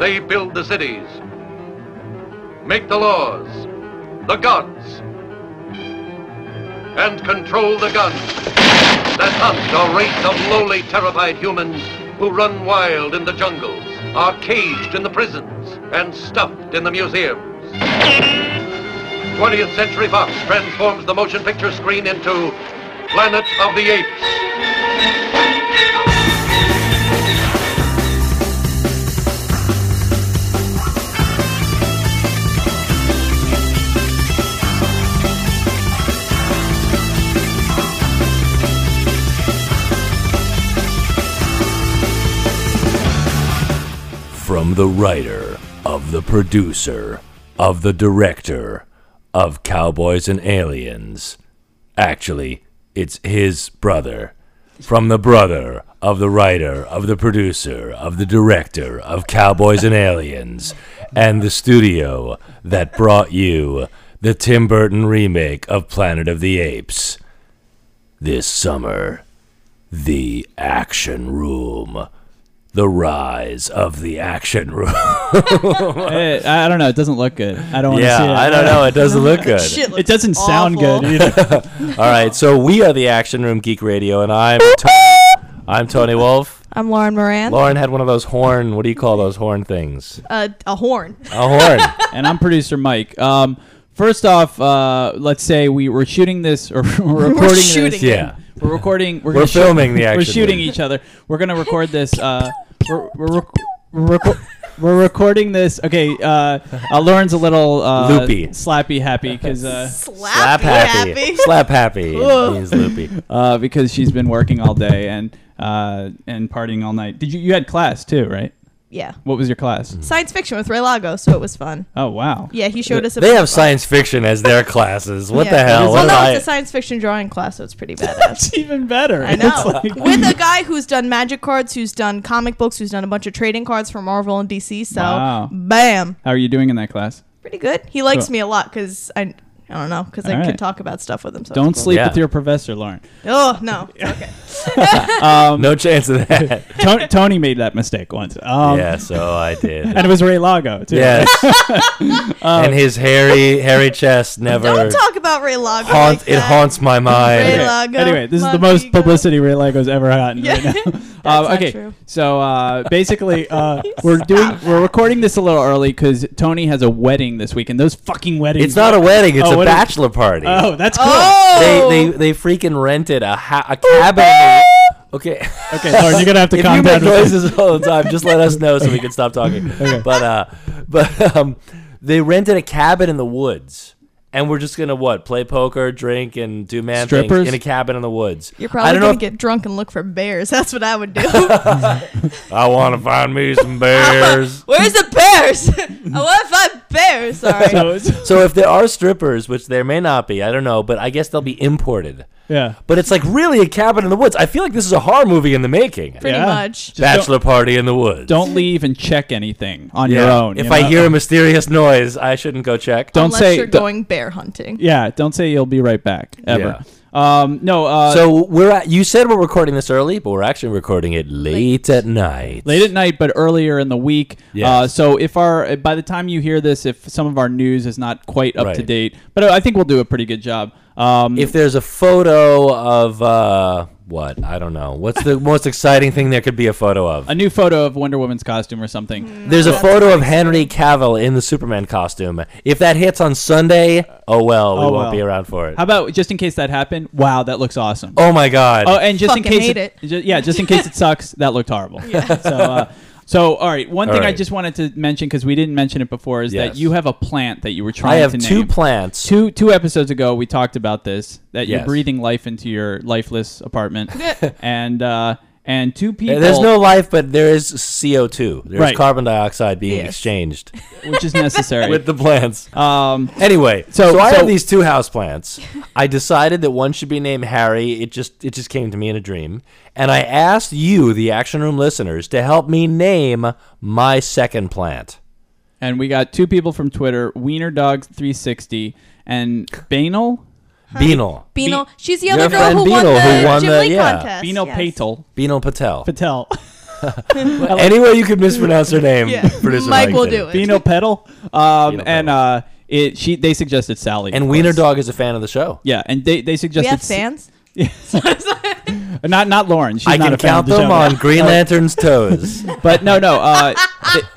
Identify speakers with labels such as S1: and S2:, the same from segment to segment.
S1: They build the cities, make the laws, the gods, and control the guns that hunt a race of lowly, terrified humans who run wild in the jungles, are caged in the prisons, and stuffed in the museums. 20th Century Fox transforms the motion picture screen into Planet of the Apes.
S2: From the writer, of the producer, of the director, of Cowboys and Aliens. Actually, it's his brother. From the brother of the writer, of the producer, of the director of Cowboys and Aliens, and the studio that brought you the Tim Burton remake of Planet of the Apes. This summer, the Action Room. The rise of the action room.
S3: Eh, I I don't know. It doesn't look good. I don't want to see it.
S2: yeah, I don't know. It doesn't look good.
S4: Shit
S3: It
S4: looks
S3: doesn't sound
S4: awful.
S3: good either.
S2: All right, so we are the Action Room Geek Radio, and I'm to- I'm Tony Wolf.
S4: I'm Lauren Moran.
S2: Lauren had one of those horn. What do you call those horn things?
S4: Uh, a horn.
S2: A horn.
S3: and I'm producer Mike. Um, first off, uh, let's say we were shooting this or we're recording
S4: shooting
S3: this.
S4: it.
S2: Yeah.
S3: We're recording. We're,
S2: We're
S3: gonna shoot-
S2: filming the action
S3: We're shooting
S2: movie.
S3: each other. We're gonna record this. Uh, we're we're, rec- we're, reco- we're recording this. Okay, uh, uh, Lauren's a little uh,
S2: Loopy.
S3: slappy, happy because uh,
S4: Slap, happy.
S2: Slap happy. He's loopy.
S3: uh, because she's been working all day and uh, and partying all night. Did you you had class too, right?
S4: Yeah.
S3: What was your class?
S2: Mm-hmm.
S4: Science fiction with Ray Lago, so it was fun.
S3: Oh wow.
S4: Yeah, he showed us. A
S2: They have science fiction as their classes. What
S4: Yeah.
S2: the hell? What
S4: Well, no,
S2: did
S4: it's a
S2: I-
S4: science fiction drawing class, so it's pretty badass.
S3: It's even better.
S4: I know.
S3: It's like-
S4: With a guy who's done magic cards, who's done comic books, who's done a bunch of trading cards for Marvel and DC. So,
S3: Wow.
S4: bam,
S3: How are you doing in that class?
S4: pretty good. He likes
S3: Cool.
S4: me a lot because I, I don't know, because I
S3: All
S4: can
S3: right.
S4: talk about stuff with him. So
S3: Don't
S4: it's
S3: sleep
S2: Yeah.
S3: with your professor, Lauren. Um,
S4: cool. Oh no. Okay.
S2: no chance of that.
S3: Tony, Tony made that mistake once. Um,
S2: yeah, so I did.
S3: And it was Ray Lago, too.
S2: Yes. and his hairy, hairy chest never
S4: Don't talk about Ray Lago.
S2: haunts.
S4: like
S2: It
S4: that.
S2: haunts my
S3: Okay.
S4: Ray
S2: mind.
S4: Lago,
S3: Anyway, this is the
S4: Lago.
S3: most publicity Ray Lago's ever gotten
S4: Yeah.
S3: right now. Uh,
S4: That's not
S3: okay,
S4: true.
S3: so uh, basically, uh, we're doing we're recording this a little early because Tony has a wedding this week, and those fucking weddings.
S2: It's not a wedding. It's
S3: Oh,
S2: a
S3: what is-
S2: bachelor party.
S3: Oh, that's cool.
S4: Oh.
S2: they, they they freaking rented a ha- a cabin. in the- Okay.
S3: Okay, Lauren, you're gonna have to
S2: If
S3: calm
S2: you
S3: down.
S2: make
S3: with this.
S2: noises all the time, just let us know so we can stop talking. But uh, but um, they rented a cabin in the woods, and we're just gonna what play poker, drink, and do man
S3: Strippers?
S2: things in a cabin in the woods.
S4: You're
S2: I
S4: probably
S2: don't know
S4: gonna
S2: if-
S4: get drunk and look for bears. That's what I would do.
S2: I want to find me some bears.
S4: Where's the bears? I want to find bears. Sorry.
S3: So it's-
S2: so if there are strippers, which there may not be, I don't know, but I guess they'll be imported.
S3: yeah,
S2: But it's like really a cabin in the woods. I feel like this is a horror movie in the making.
S4: Pretty
S3: Yeah.
S4: much.
S3: Just don't-
S2: Bachelor party in the woods.
S3: don't leave and check anything on your
S2: Yeah.
S3: own.
S2: If
S3: you
S2: I
S3: know?
S2: hear a mysterious noise, I shouldn't go check.
S3: Don't
S4: Unless
S3: say-
S4: you're
S3: don't-
S4: going bear hunting.
S3: yeah, don't say you'll be right back ever. Um, no, uh,
S2: So we're at, you said we're recording this early, but we're actually recording it late, at night.
S3: late at night but earlier in the week
S2: Yes.
S3: uh, so if our by the time you hear this if some of our news is not quite up to
S2: Right.
S3: date but i think we'll do a pretty good job um,
S2: If there's a photo of uh, what I don't know, what's the most exciting thing there could be a photo of?
S3: a new photo of wonder woman's costume or something
S2: There's a photo of Henry Cavill in the Superman costume. If that hits on Sunday, oh well, we
S3: Oh,
S2: won't
S3: well.
S2: be around for it.
S3: how about just in case that happened wow that looks awesome
S2: oh my God!
S3: Oh, and just in
S4: Fucking
S3: case
S4: hate it.
S3: ju- yeah, just in case it sucks, that looked horrible. So, uh, so all right. One
S2: All
S3: thing I
S2: right.
S3: just wanted to mention because we didn't mention it before is that
S2: Yes.
S3: you have a plant that you were trying
S2: I have
S3: to
S2: two
S3: name.
S2: plants.
S3: two two episodes ago we talked about this that you're
S2: Yes.
S3: breathing life into your lifeless apartment and uh and two people
S2: There's no life, but there is CO2. There's
S3: Right.
S2: carbon dioxide being
S4: Yes.
S2: exchanged
S3: which is necessary
S2: with the plants.
S3: um
S2: Anyway,
S3: So-
S2: so, I
S3: so-
S2: have these two houseplants. I decided that one should be named Harry. It just it just came to me in a dream, and I asked you, the Action Room listeners, to help me name my second plant.
S3: and we got two people from twitter wiener dog 360 and banal
S2: Beanal,
S4: Beano,
S3: Be-
S4: she's the other
S2: Your
S4: girl
S2: friend
S4: who won,
S2: Beano
S4: the
S2: who won
S4: Jim
S2: the-
S4: Lee
S2: yeah.
S4: contest.
S3: banal
S4: yes.
S3: patel
S2: Beanal Patel.
S3: patel
S2: Any way you could mispronounce her name,
S4: Yeah.
S2: producer
S4: Mike will
S2: did
S4: do it.
S3: Beano Pedal. Um,
S2: Beano
S3: and
S2: Petal.
S3: uh, it she they suggested Sally.
S2: And
S3: of
S2: Wiener
S3: course.
S2: Dog is a fan of the show.
S3: Yeah, and they they
S4: we
S3: suggested
S4: have
S3: s-
S4: fans.
S3: Not not Lauren. She's
S2: I
S3: not
S2: can
S3: a fan
S2: count
S3: of the
S2: them
S3: show.
S2: on Green Lantern's toes.
S3: But no, no. Uh,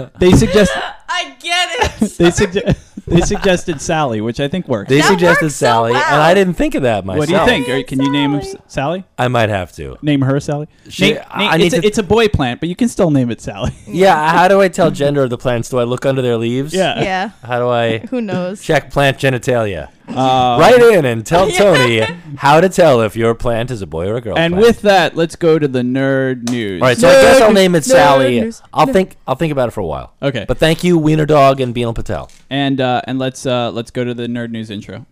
S3: they, they suggest
S4: I get it.
S3: they suggest they suggested Sally, which I think works.
S2: They
S4: That
S2: suggested
S4: works so
S2: Sally,
S4: well.
S2: and I didn't think of that myself.
S3: what do you think? Or, can you name
S4: Sally.
S3: S- Sally?
S2: I might have to.
S3: Name her Sally.
S2: She-
S3: Name-
S2: I- I
S3: name- it's,
S2: need
S3: a,
S2: to-
S3: it's a boy plant, but you can still name it Sally.
S2: Yeah, how do I tell gender of the plants? Do I look under their leaves?
S3: Yeah.
S4: yeah.
S2: How do I
S4: Who knows?
S2: check plant genitalia?
S3: Uh,
S2: Write in and tell Tony how to tell if your plant is a boy or a girl.
S3: And
S2: plant.
S3: with that, let's go to the nerd news.
S2: all right, so I guess I'll name it
S4: Nerd
S2: Sally.
S4: news.
S2: I'll think I'll think about it for a while.
S3: Okay.
S2: But thank you, Wiener Dog and Beanal Patel.
S3: and uh, and let's uh, let's go to the nerd news intro.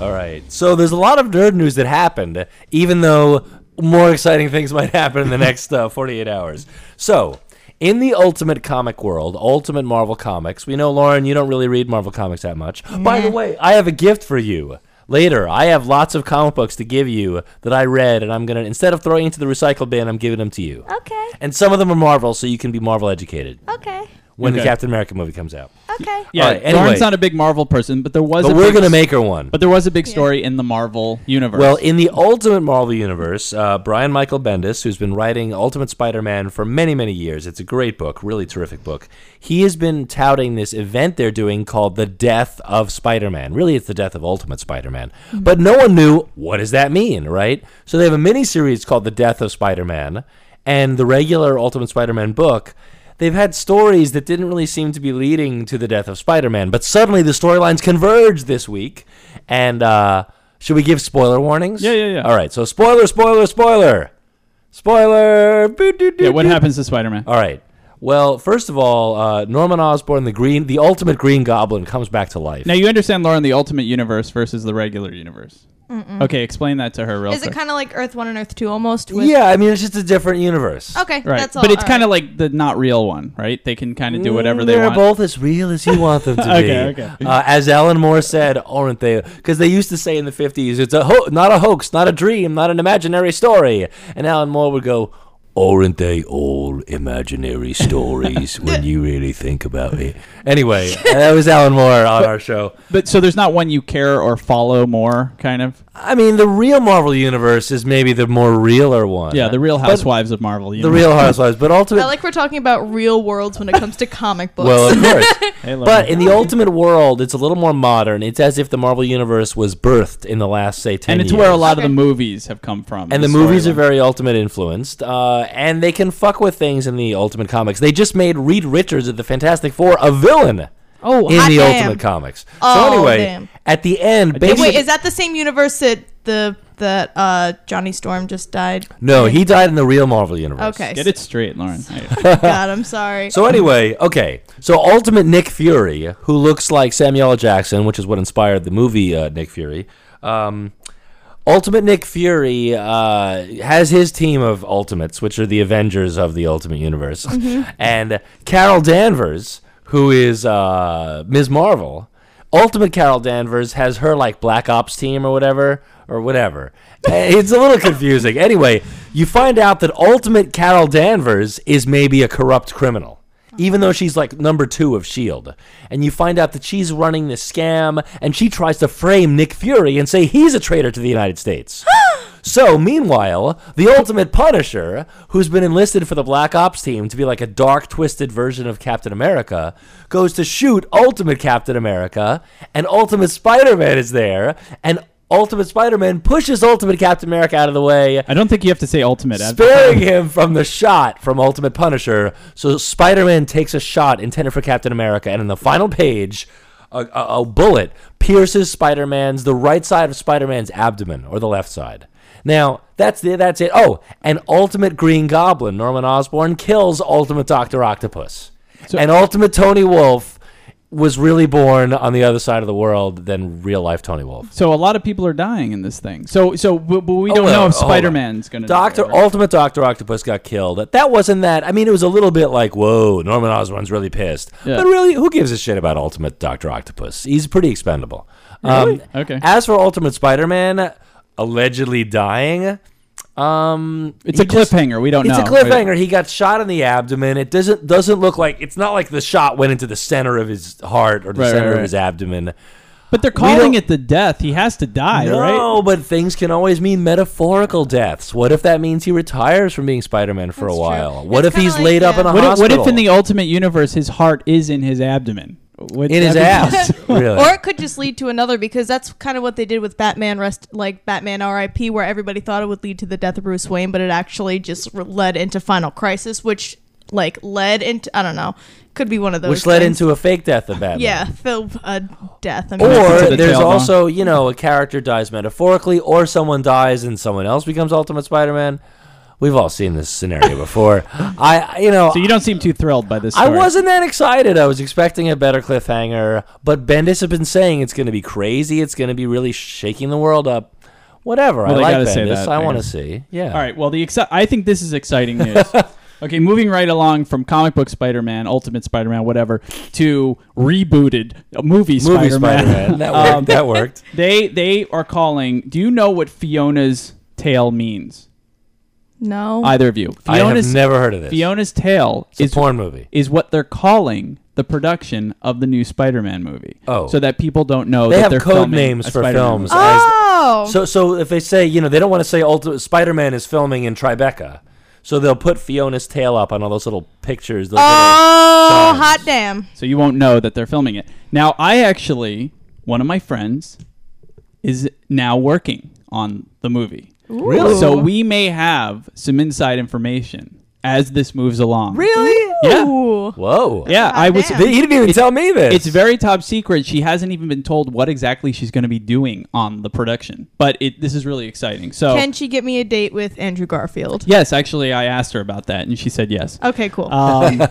S2: All right. So there's a lot of nerd news that happened, even though more exciting things might happen in the next uh, 48 hours. So, in the Ultimate Comic world, Ultimate Marvel Comics, we know, Lauren, you don't really read Marvel Comics that much. By the way, I have a gift for you. Later, I have lots of comic books to give you that I read, and I'm going to, instead of throwing into the recycle bin, I'm giving them to you.
S4: Okay.
S2: And some of them are Marvel, so you can be Marvel educated
S4: Okay.
S2: when the
S3: Okay.
S2: Captain America movie comes out.
S4: Okay.
S3: Yeah,
S2: Alright, anyway.
S3: Lauren's not a big Marvel person, but there was.
S2: But
S3: a
S2: we're
S3: big
S2: going to
S3: s-
S2: make her one.
S3: But there was a big story in the Marvel universe.
S2: Well, in the Ultimate Marvel Universe, uh, Brian Michael Bendis, who's been writing Ultimate Spider Man for many, many years, it's a great book, really terrific book. He has been touting this event they're doing called The Death of Spider Man. Really, it's the death of Ultimate Spider Man. But no one knew what does that mean, right? So they have a miniseries called The Death of Spider Man, and the regular Ultimate Spider Man book. They've had stories that didn't really seem to be leading to the death of Spider Man, but suddenly the storylines converge this week. And uh, should we give spoiler warnings?
S3: Yeah, yeah, yeah.
S2: All right. So spoiler, spoiler, spoiler, spoiler. Boot, doot,
S3: yeah,
S2: doot,
S3: what
S2: doot.
S3: happens to Spider-Man?
S2: All right. Well, first of all, uh, Norman Osborn, the green, the ultimate Green Goblin, comes back to life.
S3: Now you understand, Lauren, the Ultimate Universe versus the regular universe. Okay, explain that to her real
S4: Is
S3: quick.
S4: it kind of like Earth One and Earth Two almost? With,
S2: yeah, I mean it's just a different universe.
S4: Okay.
S3: right,
S4: That's all.
S3: but it's
S4: all
S3: kind
S4: right.
S3: of like the not real one, right? They can kind of do whatever
S2: Mm,
S3: they
S2: They're
S3: want.
S2: both as real as you want them to be.
S3: Okay, okay.
S2: Uh, as Alan Moore said, aren't they? Because they used to say in the 50s, it's a ho- not a hoax, not a dream, not an imaginary story. And Alan Moore would go, aren't they all imaginary stories when you really think about it? Anyway, uh, that was Alan Moore on our show.
S3: but so there's not one you care or follow more, kind of.
S2: I mean, the real Marvel Universe is maybe the more realer one.
S3: Yeah, the Real
S2: But-
S3: Housewives of Marvel. You
S2: The
S3: know?
S2: Real Housewives, but ultimately,
S4: I like we're talking about real worlds when it comes to comic books.
S2: well, of course.
S3: Hey, Lauren.
S2: But in the Ultimate World, it's a little more modern. It's as if the Marvel Universe was birthed in the last, say, 10
S3: and it's
S2: years.
S3: where a lot of
S4: Okay.
S3: the movies have come from.
S2: And the movies
S3: storyline.
S2: are very Ultimate influenced. Uh, and they can fuck with things in the Ultimate Comics. They just made Reed Richards of the Fantastic Four a villain
S4: oh,
S2: in
S4: hot
S2: the
S4: damn.
S2: Ultimate Comics.
S4: Oh,
S2: so anyway,
S4: damn.
S2: at the end,
S3: did-
S4: Wait,
S2: basically...
S4: is that the same universe that the that uh, Johnny Storm just died?
S2: no, he died in the real Marvel Universe.
S4: Okay.
S3: Get it straight, Lauren.
S4: God, I'm sorry.
S2: So anyway, okay. So Ultimate Nick Fury, who looks like Samuel L. Jackson, which is what inspired the movie uh, Nick Fury. Um, Ultimate Nick Fury uh, has his team of Ultimates, which are the Avengers of the Ultimate Universe, and Carol Danvers, who is uh, Ms. Marvel. Ultimate Carol Danvers has her like Black Ops team or whatever or whatever. Eh, it's a little confusing. Anyway, you find out that Ultimate Carol Danvers is maybe a corrupt criminal even though she's like number two of S.H.I.E.L.D. E And you find out that she's running this scam, and she tries to frame Nick Fury and say he's a traitor to the United States. so, meanwhile, the ultimate Punisher, who's been enlisted for the Black Ops team to be like a dark, twisted version of Captain America, goes to shoot Ultimate Captain America, and Ultimate Spider Man is there, and Ultimate Spider Man pushes Ultimate Captain America out of the way,
S3: I don't think you have to say Ultimate. I've-
S2: sparing him from the shot from Ultimate Punisher. So Spider-Man takes a shot intended for Captain America, and in the final page, a, a, a bullet pierces Spider-Man's the right side of Spider-Man's abdomen or the left side. Now that's the, that's it. Oh, and Ultimate Green Goblin Norman Osborn kills Ultimate Doctor Octopus, and Ultimate Tony Wolf was really born on the other side of the world than real life Tony Wolf.
S3: So a lot of people are dying in this thing. So so but, but we
S2: Oh,
S3: don't
S2: well,
S3: know if
S2: hold on.
S3: Spider-Man's going to
S2: Doctor Ultimate Doctor Octopus got killed. That wasn't that. I mean, it was a little bit like, whoa, Norman Osborn's really pissed.
S3: Yeah.
S2: But really, who gives a shit about Ultimate Doctor Octopus? He's pretty expendable. Um,
S3: Okay.
S2: As for Ultimate Spider-Man. allegedly dying. Um,
S3: It's a
S2: he just-
S3: cliffhanger. We don't
S2: it's
S3: know.
S2: a cliffhanger. He got shot in the abdomen. It doesn't doesn't look like it's not like the shot went into the center of his heart or the
S3: Right,
S2: center
S3: right,
S2: of
S3: right.
S2: his abdomen.
S3: But they're
S2: don't-
S3: calling it the death. He has to die, right?
S2: No, but things can always mean metaphorical deaths. What if that means he retires from being Spider-Man for a
S4: That's true.
S2: while?
S4: It's
S2: What if
S4: kinda
S2: he's
S4: like
S2: laid up
S4: the-
S2: in a
S3: What if, what
S2: hospital?
S3: if in the ultimate universe his heart is in his abdomen? Would
S2: in his
S3: that be
S2: ass?
S3: possible?
S2: really?
S4: Or it could just lead to another because that's kind of what they did with Batman rest, like Batman R.I.P., where everybody thought it would lead to the death of Bruce Wayne, but it actually just re- led into Final Crisis, which like led into I don't know, could be one of those.
S2: Which led
S4: things.
S2: into a fake death of Batman.
S4: yeah, Phil uh, death. I mean,
S3: Connected
S2: Or
S3: to the
S2: there's
S3: tailbone.
S2: also, you know, a character dies metaphorically, or someone dies and someone else becomes Ultimate Spider-Man. We've all seen this scenario before. I, you know,
S3: So you don't seem too thrilled by this.
S2: I
S3: story.
S2: wasn't that excited. I was expecting a better cliffhanger, but Bendis has been saying it's going to be crazy. It's going to be really shaking the world up. Whatever.
S3: Well,
S2: I
S3: they
S2: like
S3: gotta say
S2: Bendis.
S3: that,
S2: I
S3: I
S2: want to
S3: guess.
S2: see. Yeah.
S3: All right. Well, the exci- I think this is exciting news. okay, moving right along from comic book Spider-Man, Ultimate Spider-Man, whatever, to rebooted uh, movie,
S2: Movie
S3: Spider-Man.
S2: Spider-Man. That worked.
S3: Um,
S2: that worked.
S3: they they are calling. Do you know what Fiona's tail means?
S4: no,
S3: Either of you?
S2: I have
S3: Fiona's
S2: never heard of this.
S3: Fiona's tail
S2: it's
S3: is
S2: a porn movie.
S3: is what they're calling the production of the new Spider-Man movie.
S2: Oh.
S3: so that people don't know
S2: They
S3: that
S2: have
S3: they're
S2: code
S3: filming
S2: names
S3: a
S2: for
S3: Spider-Man
S2: films.
S3: movie.
S4: oh,
S2: So, so if they say, you know, they don't want to say Ultimate Spider-Man is filming in Tribeca, so they'll put Fiona's tail up on all those little pictures. Those
S3: Uh,
S4: oh,
S2: little
S4: hot damn!
S3: so you won't know that they're filming it. Now, I actually, one of my friends, is now working on the movie.
S4: Really?
S3: So we may have some inside information as this moves along.
S4: Really?
S3: Yeah.
S4: Ooh.
S2: Whoa.
S3: Yeah, I was.
S4: Goddamn.
S2: They- He didn't even tell me this.
S3: It's very top secret. She hasn't even been told what exactly she's going to be doing on the production. But it this is really exciting. So
S4: Can she get me a date with Andrew Garfield?
S3: yes, actually, I asked her about that, and she said yes.
S4: Okay, cool.
S3: Um,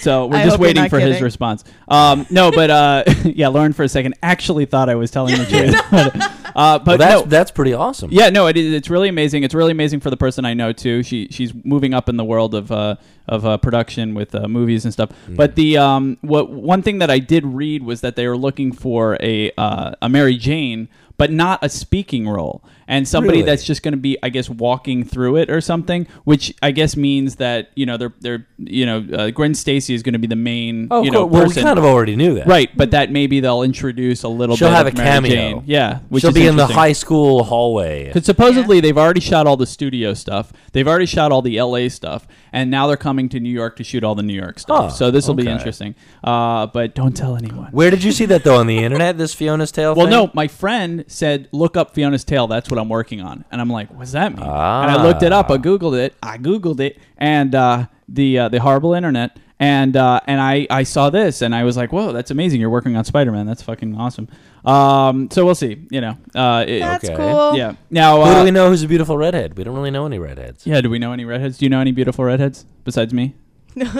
S3: so we're
S4: I
S3: just
S4: hope you're
S3: waiting
S4: not
S3: for his
S4: kidding.
S3: response. Um, no, but uh, yeah, Lauren for a second actually thought I was telling the truth. uh, but
S2: Well, that's
S3: no,
S2: that's pretty awesome.
S3: yeah, no, it is. It's really amazing. It's really amazing for the person I know too. She she's moving up in the world of uh, of uh, production with uh, movies and stuff.
S2: Hmm.
S3: But the um, what one thing that I did read was that they were looking for a uh, a Mary Jane, but not a speaking role, and somebody
S2: Really?
S3: that's just going to be, I guess, walking through it or something. Which I guess means that you know they're they're you know uh, Gwen Stacy is going to be the main
S2: Oh,
S3: you
S2: cool.
S3: know
S2: well, we
S3: person.
S2: kind of already knew that.
S3: Right, but that maybe they'll introduce a little
S2: She'll
S3: bit
S2: have
S3: of
S2: a
S3: Mary
S2: cameo.
S3: Jane. Yeah, which
S2: She'll
S3: is
S2: be in the
S3: interesting.
S2: high school hallway.
S3: Because supposedly they've already shot all the studio stuff, they've already shot all the LA stuff, and now they're coming to New York to shoot all the New York stuff.
S2: Oh,
S3: so this will be
S2: okay.
S3: interesting. Uh, but don't tell anyone.
S2: Where did you see that though on the internet? This Fiona's tale.
S3: well,
S2: thing?
S3: no, my friend said, look up Fiona's Tale. That's what I'm working on. And I'm like, what's that mean? And
S2: Ah.
S3: I looked it up. I Googled it. I Googled it. And uh, the uh, the horrible internet. And uh, and I, I saw this and I was like, whoa, that's amazing. You're working on Spider Man. That's fucking awesome. Um, so we'll see. You know, uh, it-
S4: That's
S2: okay.
S4: cool.
S3: yeah. Now,
S2: Who
S3: uh,
S2: do we know who's a beautiful redhead? We don't really know any redheads.
S3: Yeah, do we know any redheads? Do you know any beautiful redheads besides me? Don't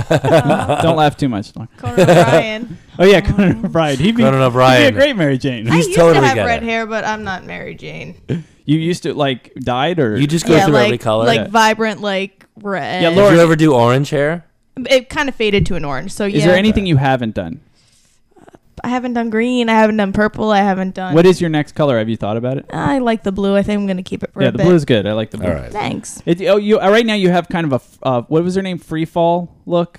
S3: laugh too much. Lauren.
S4: Conan O'Brien.
S3: Oh yeah, Conan O'Brien. He'd be,
S2: Conan O'Brien.
S3: he'd be a great Mary Jane.
S4: I used
S2: totally
S4: to have
S2: got
S4: red
S2: it.
S4: hair, but I'm not Mary Jane.
S3: You used to like dyed or
S2: You just go through
S4: like,
S2: every color.
S4: like
S3: Yeah.
S4: vibrant, like red.
S3: Yeah,
S2: Did
S3: Lauren-
S2: you ever do orange hair?
S4: It kind of faded to an orange. So yeah,
S3: Is there anything you haven't done?
S4: I haven't done green. I haven't done purple. I haven't done.
S3: What is your next color? Have you thought about it?
S4: I like the blue. I think I'm gonna keep it for
S3: yeah,
S4: a
S3: the
S4: bit.
S3: blue is good. I like the blue.
S2: All right.
S4: Thanks.
S3: It, oh, you uh, right now you have kind of a f- uh, what was her name? Free fall look.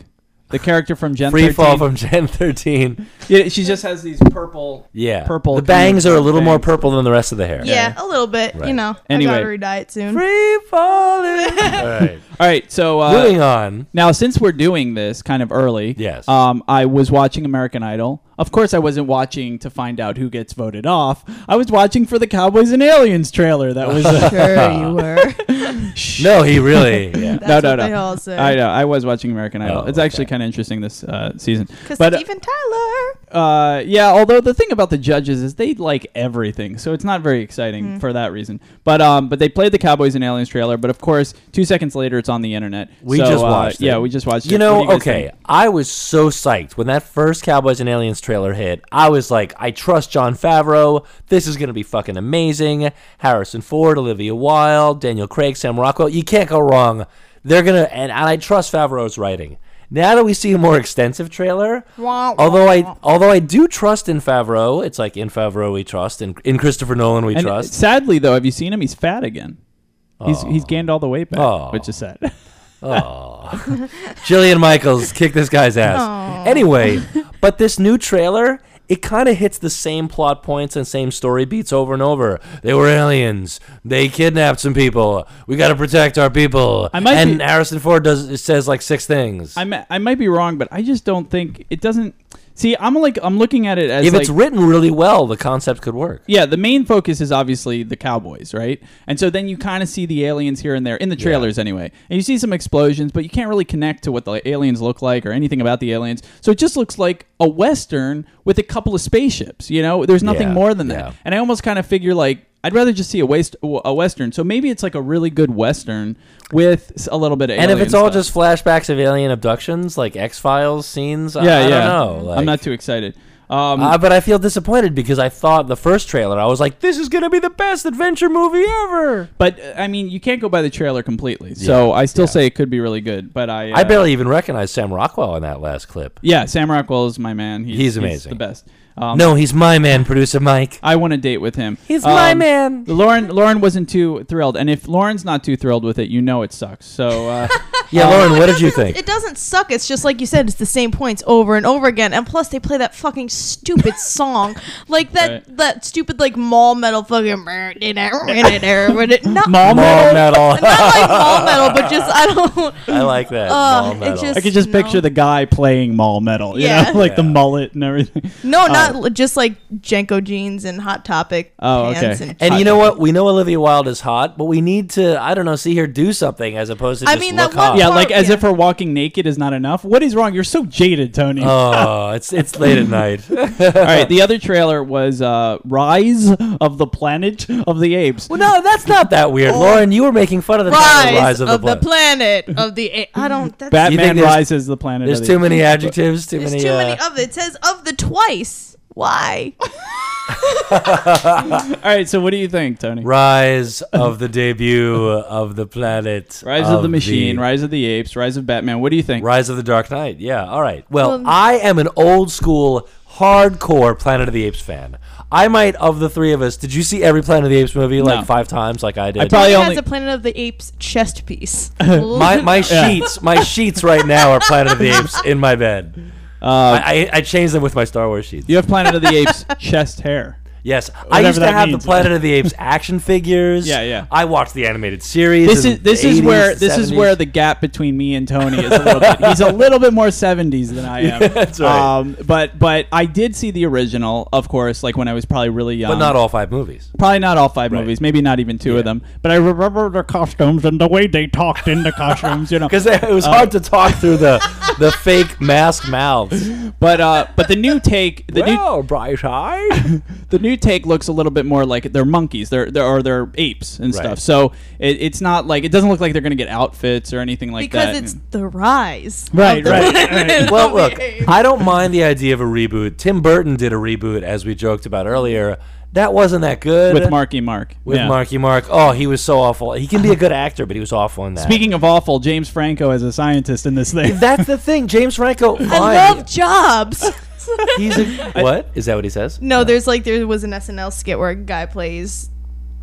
S3: The character from Gen
S2: Free
S3: 13.
S2: fall from Gen 13.
S3: Yeah, she just has these purple.
S2: Yeah.
S3: Purple
S2: The
S3: kind
S2: bangs
S3: of
S2: are a little more
S3: bangs.
S2: purple than the rest of the hair.
S4: Yeah, a little bit.
S2: Right.
S4: You know,
S3: Anyway.
S4: I gotta redye it soon.
S2: Free falling. All right.
S3: All right, so uh,
S2: Moving on.
S3: Now, since we're doing this kind of early,
S2: Yes.
S3: um, I was watching American Idol. Of course, I wasn't watching to find out who gets voted off. I was watching for the Cowboys and Aliens trailer. That was uh,
S4: Sure you were.
S2: No, he really. Yeah.
S4: That's
S3: no,
S4: what
S3: no,
S4: they
S3: no.
S4: all say.
S3: I know. I was watching American Idol.
S2: Oh,
S3: it's actually
S2: okay.
S3: kind of interesting this uh, season.
S4: Because
S3: But
S4: Steven Tyler.
S3: uh, yeah, although the thing about the judges is they like everything, so it's not very exciting
S4: Mm-hmm.
S3: for that reason. But um, but they played the Cowboys and Aliens trailer. But of course, two seconds later, it's on the internet.
S2: We
S3: So,
S2: just
S3: uh,
S2: watched it.
S3: Yeah, we just watched it.
S2: You
S3: What do
S2: know,
S3: guys
S2: okay,
S3: think?
S2: I was so psyched when that first Cowboys and Aliens trailer hit. I was like, I trust John Favreau. This is going to be fucking amazing. Harrison Ford, Olivia Wilde, Daniel Craig, Sam Rockwell. You can't go wrong. They're going to, and, and I trust Favreau's writing. Now that we see a more extensive trailer,
S4: Wah, wah,
S2: although
S4: wah.
S2: I although I do trust in Favreau, it's like in Favreau we trust, and in Christopher Nolan we
S3: And
S2: trust. Oh.
S3: sadly, though, have you seen him? He's fat again. He's he's gained all the weight back,
S2: Aw.
S3: which is sad.
S2: Jillian Michaels kick this guy's ass. Anyway, but this new trailer, it kind of hits the same plot points and same story beats over and over. They were aliens. They kidnapped some people. We got to protect our people.
S3: I might
S2: and
S3: be-
S2: Harrison Ford does says like six things.
S3: I mi- I might be wrong, but I just don't think it doesn't. See, I'm like I'm looking at it as
S2: if
S3: like,
S2: it's written really well, the concept could work.
S3: yeah, the main focus is obviously the cowboys, right? And so then you kind of see the aliens here and there in the trailers anyway. And you see some explosions, but you can't really connect to what the aliens look like or anything about the aliens. So it just looks like a western with a couple of spaceships, you know? There's nothing
S2: Yeah,
S3: more than that.
S2: yeah.
S3: And I almost kind of figure like I'd rather just see a waste a western. So maybe it's like a really good western with a little bit of
S2: And if
S3: alien
S2: it's all
S3: stuff.
S2: just flashbacks of alien abductions, like X Files scenes, I-
S3: yeah,
S2: I,
S3: yeah.
S2: don't know. Like,
S3: I'm not too excited. Um,
S2: Uh, but I feel disappointed because I thought the first trailer, I was like, "This is gonna be the best adventure movie ever."
S3: But uh, I mean, you can't go by the trailer completely. So I still say it could be really good. But I, uh,
S2: I barely even recognized Sam Rockwell in that last clip.
S3: Yeah, Sam Rockwell is my man. He's,
S2: He's
S3: the
S2: amazing.
S3: best. Um,
S2: No, he's my man, producer Mike.
S3: I want to date with him. Um,
S2: He's my man.
S3: Lauren, Lauren wasn't too thrilled, and if Lauren's not too thrilled with it, you know it sucks. So uh,
S2: Yeah, Lauren,
S4: Well, it
S2: what did you
S4: doesn't-
S2: think?
S4: It doesn't suck. It's just like you said. It's the same points over and over again. And plus, they play that fucking stupid song, like that
S3: Right.
S4: that stupid like mall metal fucking. Not
S3: Mall
S2: Mall
S3: metal?
S4: Not
S2: metal.
S4: like mall metal, but just I don't.
S2: I like that.
S4: Ugh,
S2: mall
S4: Oh, it
S2: metal.
S4: just-
S3: I could just
S4: No.
S3: picture the guy playing mall metal, you
S4: Yeah.
S3: know, like the mullet and everything.
S4: No, not li- just like Jenko jeans and hot topic
S3: Oh,
S4: pants.
S3: okay.
S4: And,
S2: and you know what? We know Olivia Wilde is hot, but we need to, I don't know, see her do something as opposed to
S4: I
S2: just
S4: mean, that
S2: look
S4: one
S2: hot.
S3: Yeah,
S4: Or-
S3: like as
S4: yeah.
S3: if her walking naked is not enough. What is wrong? You're so jaded, Tony.
S2: Oh, it's it's late at night.
S3: All right, the other trailer was uh, Rise of the Planet of the Apes.
S2: Well, no, that's not that weird, Lauren. You were making fun of the title,
S4: Oh. rise,
S2: Rise
S4: of,
S2: the,
S4: the,
S2: Planet.
S4: planet of the. A- I don't. That's,
S2: You
S3: Batman
S2: think there's-
S3: Rises the Planet
S2: There's
S3: of the
S2: too many adjectives, too
S4: there's
S2: many.
S4: too
S2: uh,
S4: many of it. It says of the twice. Why?
S3: Apes. All right, so what do you think, Tony?
S2: Rise of the debut of the planet.
S3: Rise of, the Machine, Rise of the Apes, Rise of Batman. What do you think?
S2: Rise of the Dark Knight. Yeah. All right. Well,
S4: Well-
S2: I am an old school, hardcore Planet of the Apes fan. I might, of the three of us, did you see every Planet of the Apes movie like
S3: No.
S2: five times, like I did?
S3: I probably
S4: He
S3: only
S4: has a Planet of the Apes chest piece.
S2: my my sheets, my sheets right now are Planet of the Apes in my bed.
S3: Uh,
S2: I, I, I changed them with my Star Wars sheets.
S3: you have Planet of the Apes chest hair.
S2: Yes, I
S3: Whatever
S2: used to
S3: that
S2: have
S3: means.
S2: the Planet of the Apes action figures.
S3: Yeah, yeah.
S2: I watched the animated series.
S3: This
S2: in
S3: is this
S2: the
S3: is
S2: 80s,
S3: where this is
S2: 70s.
S3: where the gap between me and Tony is a little bit. He's a little bit more '70s than I am.
S2: that's right.
S3: Um, but but I did see the original, of course, like when I was probably really young.
S2: but not all five movies.
S3: Probably not all five movies, maybe not even two of them. But I remember their costumes and the way they talked in the costumes, you know.
S2: Because it was hard to
S3: Uh.
S2: talk through the the fake mask mouths.
S3: But uh, but the new take, the new
S2: bright eyed.
S3: the new take looks a little bit more like they're monkeys, they're, they're or they're apes and
S2: Right.
S3: stuff. So it, it's not like it doesn't look like they're gonna get outfits or anything like
S4: because
S3: that.
S4: it's the rise.
S3: right, right.
S2: well, look, I don't mind the idea of a reboot. Tim Burton did a reboot, as we joked about earlier. That wasn't that good.
S3: With Marky Mark.
S2: With
S3: Yeah.
S2: Marky Mark. Oh, he was so awful. He can be a good actor, but he was awful in that.
S3: Speaking of awful, James Franco is a scientist in this thing.
S2: That's the thing. James Franco.
S4: I
S2: fine.
S4: love jobs.
S2: He's a, what? Is that what he says?
S4: no, there's like there was an SNL skit where a guy plays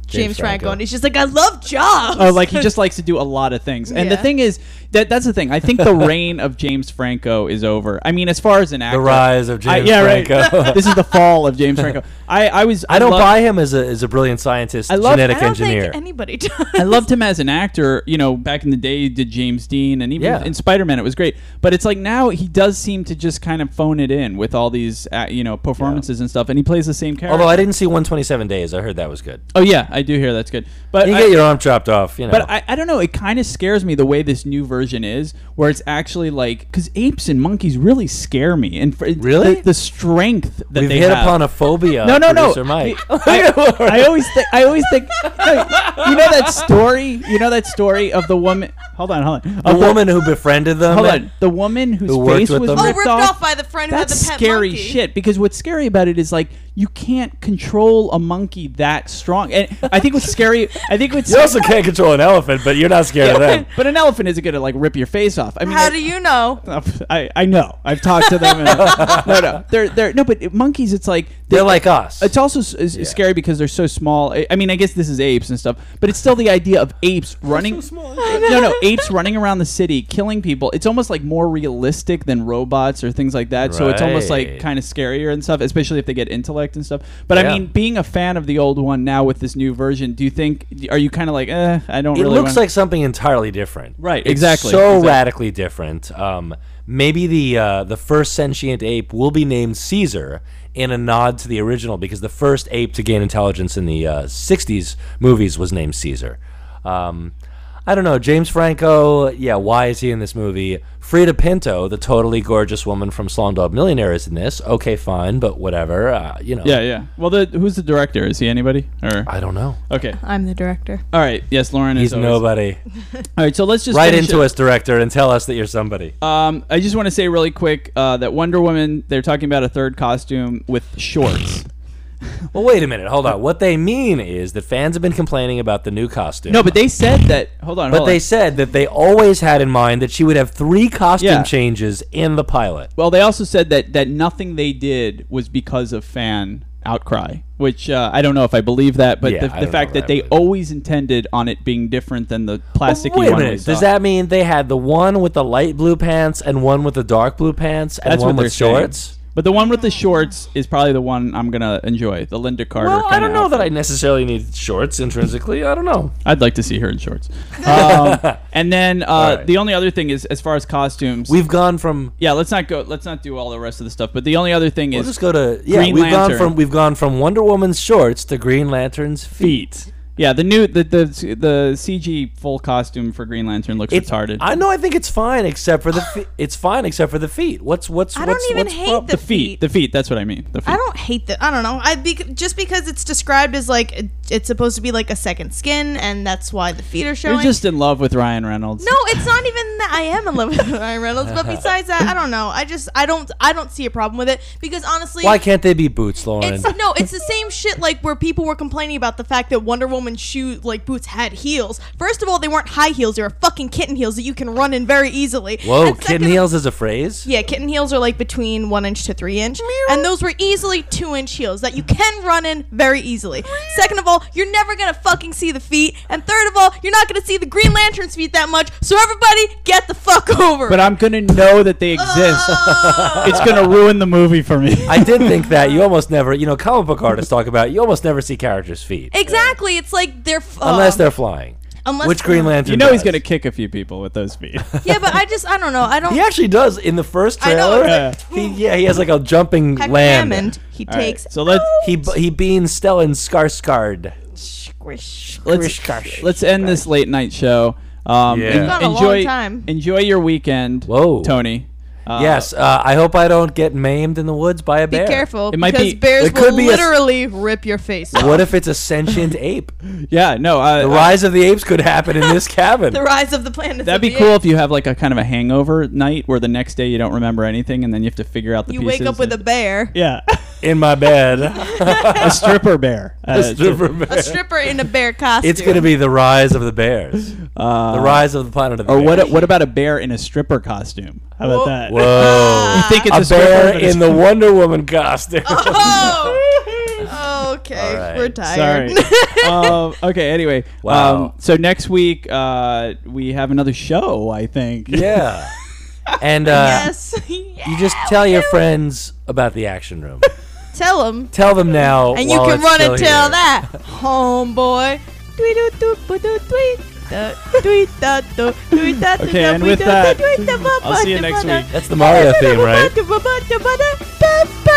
S4: James, Franco, and he's just like, I love jobs.
S3: Oh, like he just likes to do a lot of things. And the
S4: Yeah.
S3: thing is that that's the thing. I think the reign of James Franco is over. I mean, as far as an actor,
S2: The rise of
S3: I-
S2: James
S3: yeah,
S2: Franco.
S3: right. this is the fall of James Franco. I, I was
S2: I don't
S3: love-
S2: buy him as a as a brilliant scientist,
S3: love-
S2: genetic
S4: I don't
S2: engineer.
S4: think anybody does.
S3: I loved him as an actor. You know, back in the day, he did James Dean, and even
S2: Yeah.
S3: in Spider Man, it was great. But it's like now he does seem to just kind of phone it in with all these, uh, you know, performances and stuff, and he plays the same character.
S2: Although I didn't see 127 days, I heard that was good.
S3: oh yeah, I do hear that's good. But
S2: You
S3: I-
S2: get your arm chopped off, you know.
S3: But I, I don't know. It kind of scares me the way this new version is, where it's actually like because apes and monkeys really scare me, and for,
S2: Really?
S3: the, the strength that
S2: We've
S3: they
S2: hit
S3: have.
S2: upon a phobia.
S3: no, no, no.
S2: producer Mike.
S3: I, I always think. I always think. you know that story. You know that story of the woman. Hold on, hold on.
S2: the
S3: Of
S2: woman who befriended them.
S3: Hold on. The woman whose
S2: Who worked
S3: face
S2: with
S3: was
S2: them?
S4: oh,
S3: ripped
S4: ripped off by the friend who had
S3: That's
S4: the pet
S3: scary
S4: monkey.
S3: shit. Because what's scary about it is like you can't control a monkey that strong. And I think what's scary, I think what's
S2: You also can't control an elephant, but you're not scared of that.
S3: but an elephant isn't gonna like rip your face off. I mean,
S4: How
S3: it-
S4: do you know?
S3: I, I know. I've talked to them. And, no, no, they're they're no, but monkeys. It's like
S2: They're like us.
S3: It's also s- is- is scary because they're so small. I, I mean, I guess this is apes and stuff, but it's still the idea of apes running. no, no, apes running around the city, killing people. It's almost like more realistic than robots or things like that. So it's almost like
S2: Right.
S3: kind of scarier and stuff, especially if they get intellect and stuff. But I
S2: Yeah.
S3: mean, being a fan of the old one now with this new version, do you think? Are you kind of like, eh, I don't
S2: It
S3: really.
S2: looks
S3: wanna-
S2: like something entirely different.
S3: Right,
S2: It's
S3: exactly,
S2: So
S3: exactly.
S2: radically different. Um, maybe the uh, the first sentient ape will be named Caesar in a nod to the original because the first ape to gain intelligence in the uh, 60s movies was named Caesar. Um, I don't know. James Franco, yeah, why is he in this movie? Frida Pinto, the totally gorgeous woman from Slumdog Millionaire, is in this. Okay, fine, but whatever. Uh, you know.
S3: Yeah, yeah. Well, the, who's the director? Is he anybody? Or
S2: I don't know.
S3: okay.
S4: I'm the director.
S3: All right. Yes, Lauren
S2: He's
S3: is. always-
S2: nobody.
S3: All right. So let's just
S2: Write
S3: finish
S2: into
S3: it.
S2: us, director, and tell us that you're somebody.
S3: Um, I just want to say really quick uh, that Wonder Woman. They're talking about a third costume with shorts.
S2: Well, wait a minute. Hold on. What they mean is that fans have been complaining about the new costume.
S3: no, but they said that. Hold on.
S2: But
S3: hold
S2: they
S3: on.
S2: said that they always had in mind that she would have three costume
S3: Yeah.
S2: changes in the pilot.
S3: Well, they also said that that nothing they did was because of fan outcry, which uh, I don't know if I believe that, but
S2: Yeah, I
S3: the, the
S2: don't
S3: fact
S2: know
S3: that
S2: that I
S3: they
S2: believe that.
S3: always intended on it being different than the plasticky
S2: Wait a
S3: one. we
S2: minute.
S3: saw.
S2: Does that mean they had the one with the light blue pants and one with the dark blue pants and
S3: That's
S2: one
S3: what they're
S2: with
S3: saying.
S2: shorts?
S3: But the one with the shorts is probably the one I'm gonna enjoy. The Linda Carter.
S2: Well, I
S3: kinda
S2: don't know that
S3: outfit.
S2: I necessarily need shorts intrinsically. I don't know.
S3: I'd like to see her in shorts. Um, and then uh,
S2: right.
S3: the only other thing is, as far as costumes,
S2: We've gone from
S3: yeah. Let's not go. Let's not do all the rest of the stuff. But the only other thing
S2: we'll
S3: is
S2: just go to yeah.
S3: Green
S2: we've gone
S3: Lantern.
S2: from we've gone from Wonder Woman's shorts to Green Lantern's feet.
S3: yeah. The new the the the CG full costume for Green Lantern looks
S2: It's
S3: retarded.
S2: I know. I think it's fine except for the fe- it's fine except for the feet. What's what's
S4: I don't
S2: what's,
S4: even
S2: what's
S4: hate
S2: prob-
S4: the
S3: the feet. The feet. That's what I mean. The feet.
S4: I don't hate that. I don't know. I bec just because it's described as like it- it's supposed to be like a second skin, and that's why the feet are
S3: You're
S4: showing.
S3: just in love with Ryan Reynolds.
S4: no, it's not even that I am in love with Ryan Reynolds, but besides that, I don't know. I just I don't I don't see a problem with it because honestly,
S2: Why can't they be boots, Lauren?
S4: It's no, it's the same shit like where people were complaining about the fact that Wonder Woman's shoe like boots had heels. First of all, they weren't high heels; they were fucking kitten heels that you can run in very easily.
S2: Whoa,
S4: And
S2: kitten
S4: second-
S2: heels is a phrase.
S4: Yeah, kitten heels are like between one inch to three inch, and those were easily two inch heels that you can run in very easily. Second of all, you're never gonna fucking see the feet, and third of all, you're not gonna see the Green Lantern's feet that much. So everybody, get the fuck over. Oh.
S3: But I'm gonna know that they exist. it's gonna ruin the movie for me.
S2: I did think that you almost never, you know, comic book artists talk about you almost never see characters' feet
S4: exactly, it's like they're f-
S2: unless
S4: um,
S2: they're flying.
S4: unless-
S2: Which Green Lantern?
S3: you know he's
S2: does.
S3: gonna kick a few people with those feet.
S4: yeah, but I just I don't know. I don't.
S2: He actually does in the first
S4: I
S2: trailer.
S4: know,
S3: it's
S2: He, yeah, he has like a jumping
S4: Peck
S2: land.
S4: Hammond, he
S3: All right,
S4: takes
S3: so let's
S2: He b- he beans Stellan Skarsgård.
S3: Uh-huh.
S4: squish.
S3: let's
S2: Krish-kash.
S3: let's end this late night show. Um,
S2: Yeah.
S3: en-
S2: It's
S4: been a long
S3: enjoy
S4: time.
S3: enjoy your weekend.
S2: Whoa.
S3: Tony. Uh,
S2: yes, uh, I hope I don't get maimed in the woods by a
S4: Be
S2: bear.
S4: careful
S3: It might
S4: because
S3: be-
S4: bears
S2: it could
S4: will
S2: be a s-
S4: literally rip your face off.
S2: What if it's a sentient ape?
S3: Yeah. No. Uh,
S2: The
S3: uh,
S2: rise of the apes could happen in this cabin.
S4: The rise of the planet.
S3: That'd be cool if you have like a kind of a hangover night where the next day you don't remember anything and then you have to figure out the
S4: You
S3: pieces.
S4: wake up with a
S3: and-
S4: bear,
S3: yeah,
S2: in my bed.
S3: a stripper bear. Uh,
S2: Stripper bear.
S4: a stripper in a bear costume.
S2: It's gonna be the rise of the bears. the rise of the planet of the
S3: Or
S2: bears.
S3: what? What about a bear in a stripper costume? How about
S4: Whoa.
S3: that?
S2: Whoa.
S4: Ah.
S3: You think it's
S2: a
S3: a, stripper,
S2: bear
S3: but it's-
S2: in the Wonder Woman costume.
S4: Oh. okay,
S2: All right.
S4: we're tired.
S3: Sorry. um, okay. Anyway.
S2: Wow.
S3: Um, so next week uh, we have another show. I think.
S2: yeah. And uh,
S4: yes.
S2: you just tell your friends about the action room.
S4: Tell them,
S2: tell them now.
S4: and you
S2: while
S4: can
S2: it's
S4: run
S2: still
S4: and tell
S2: here.
S4: that, homeboy. Tweet doo doo boo doo tweet. da, Tweet da doo, tweet da doo
S3: Okay,
S4: da
S3: and
S4: boo
S3: with
S4: doo
S3: that,
S4: tweet da ba
S3: I'll
S4: ba
S3: see you
S4: da
S3: next
S4: ba da.
S3: week.
S2: That's the Mario theme, right?
S4: Ba-da-ba-ba-da-ba-da-ba-da.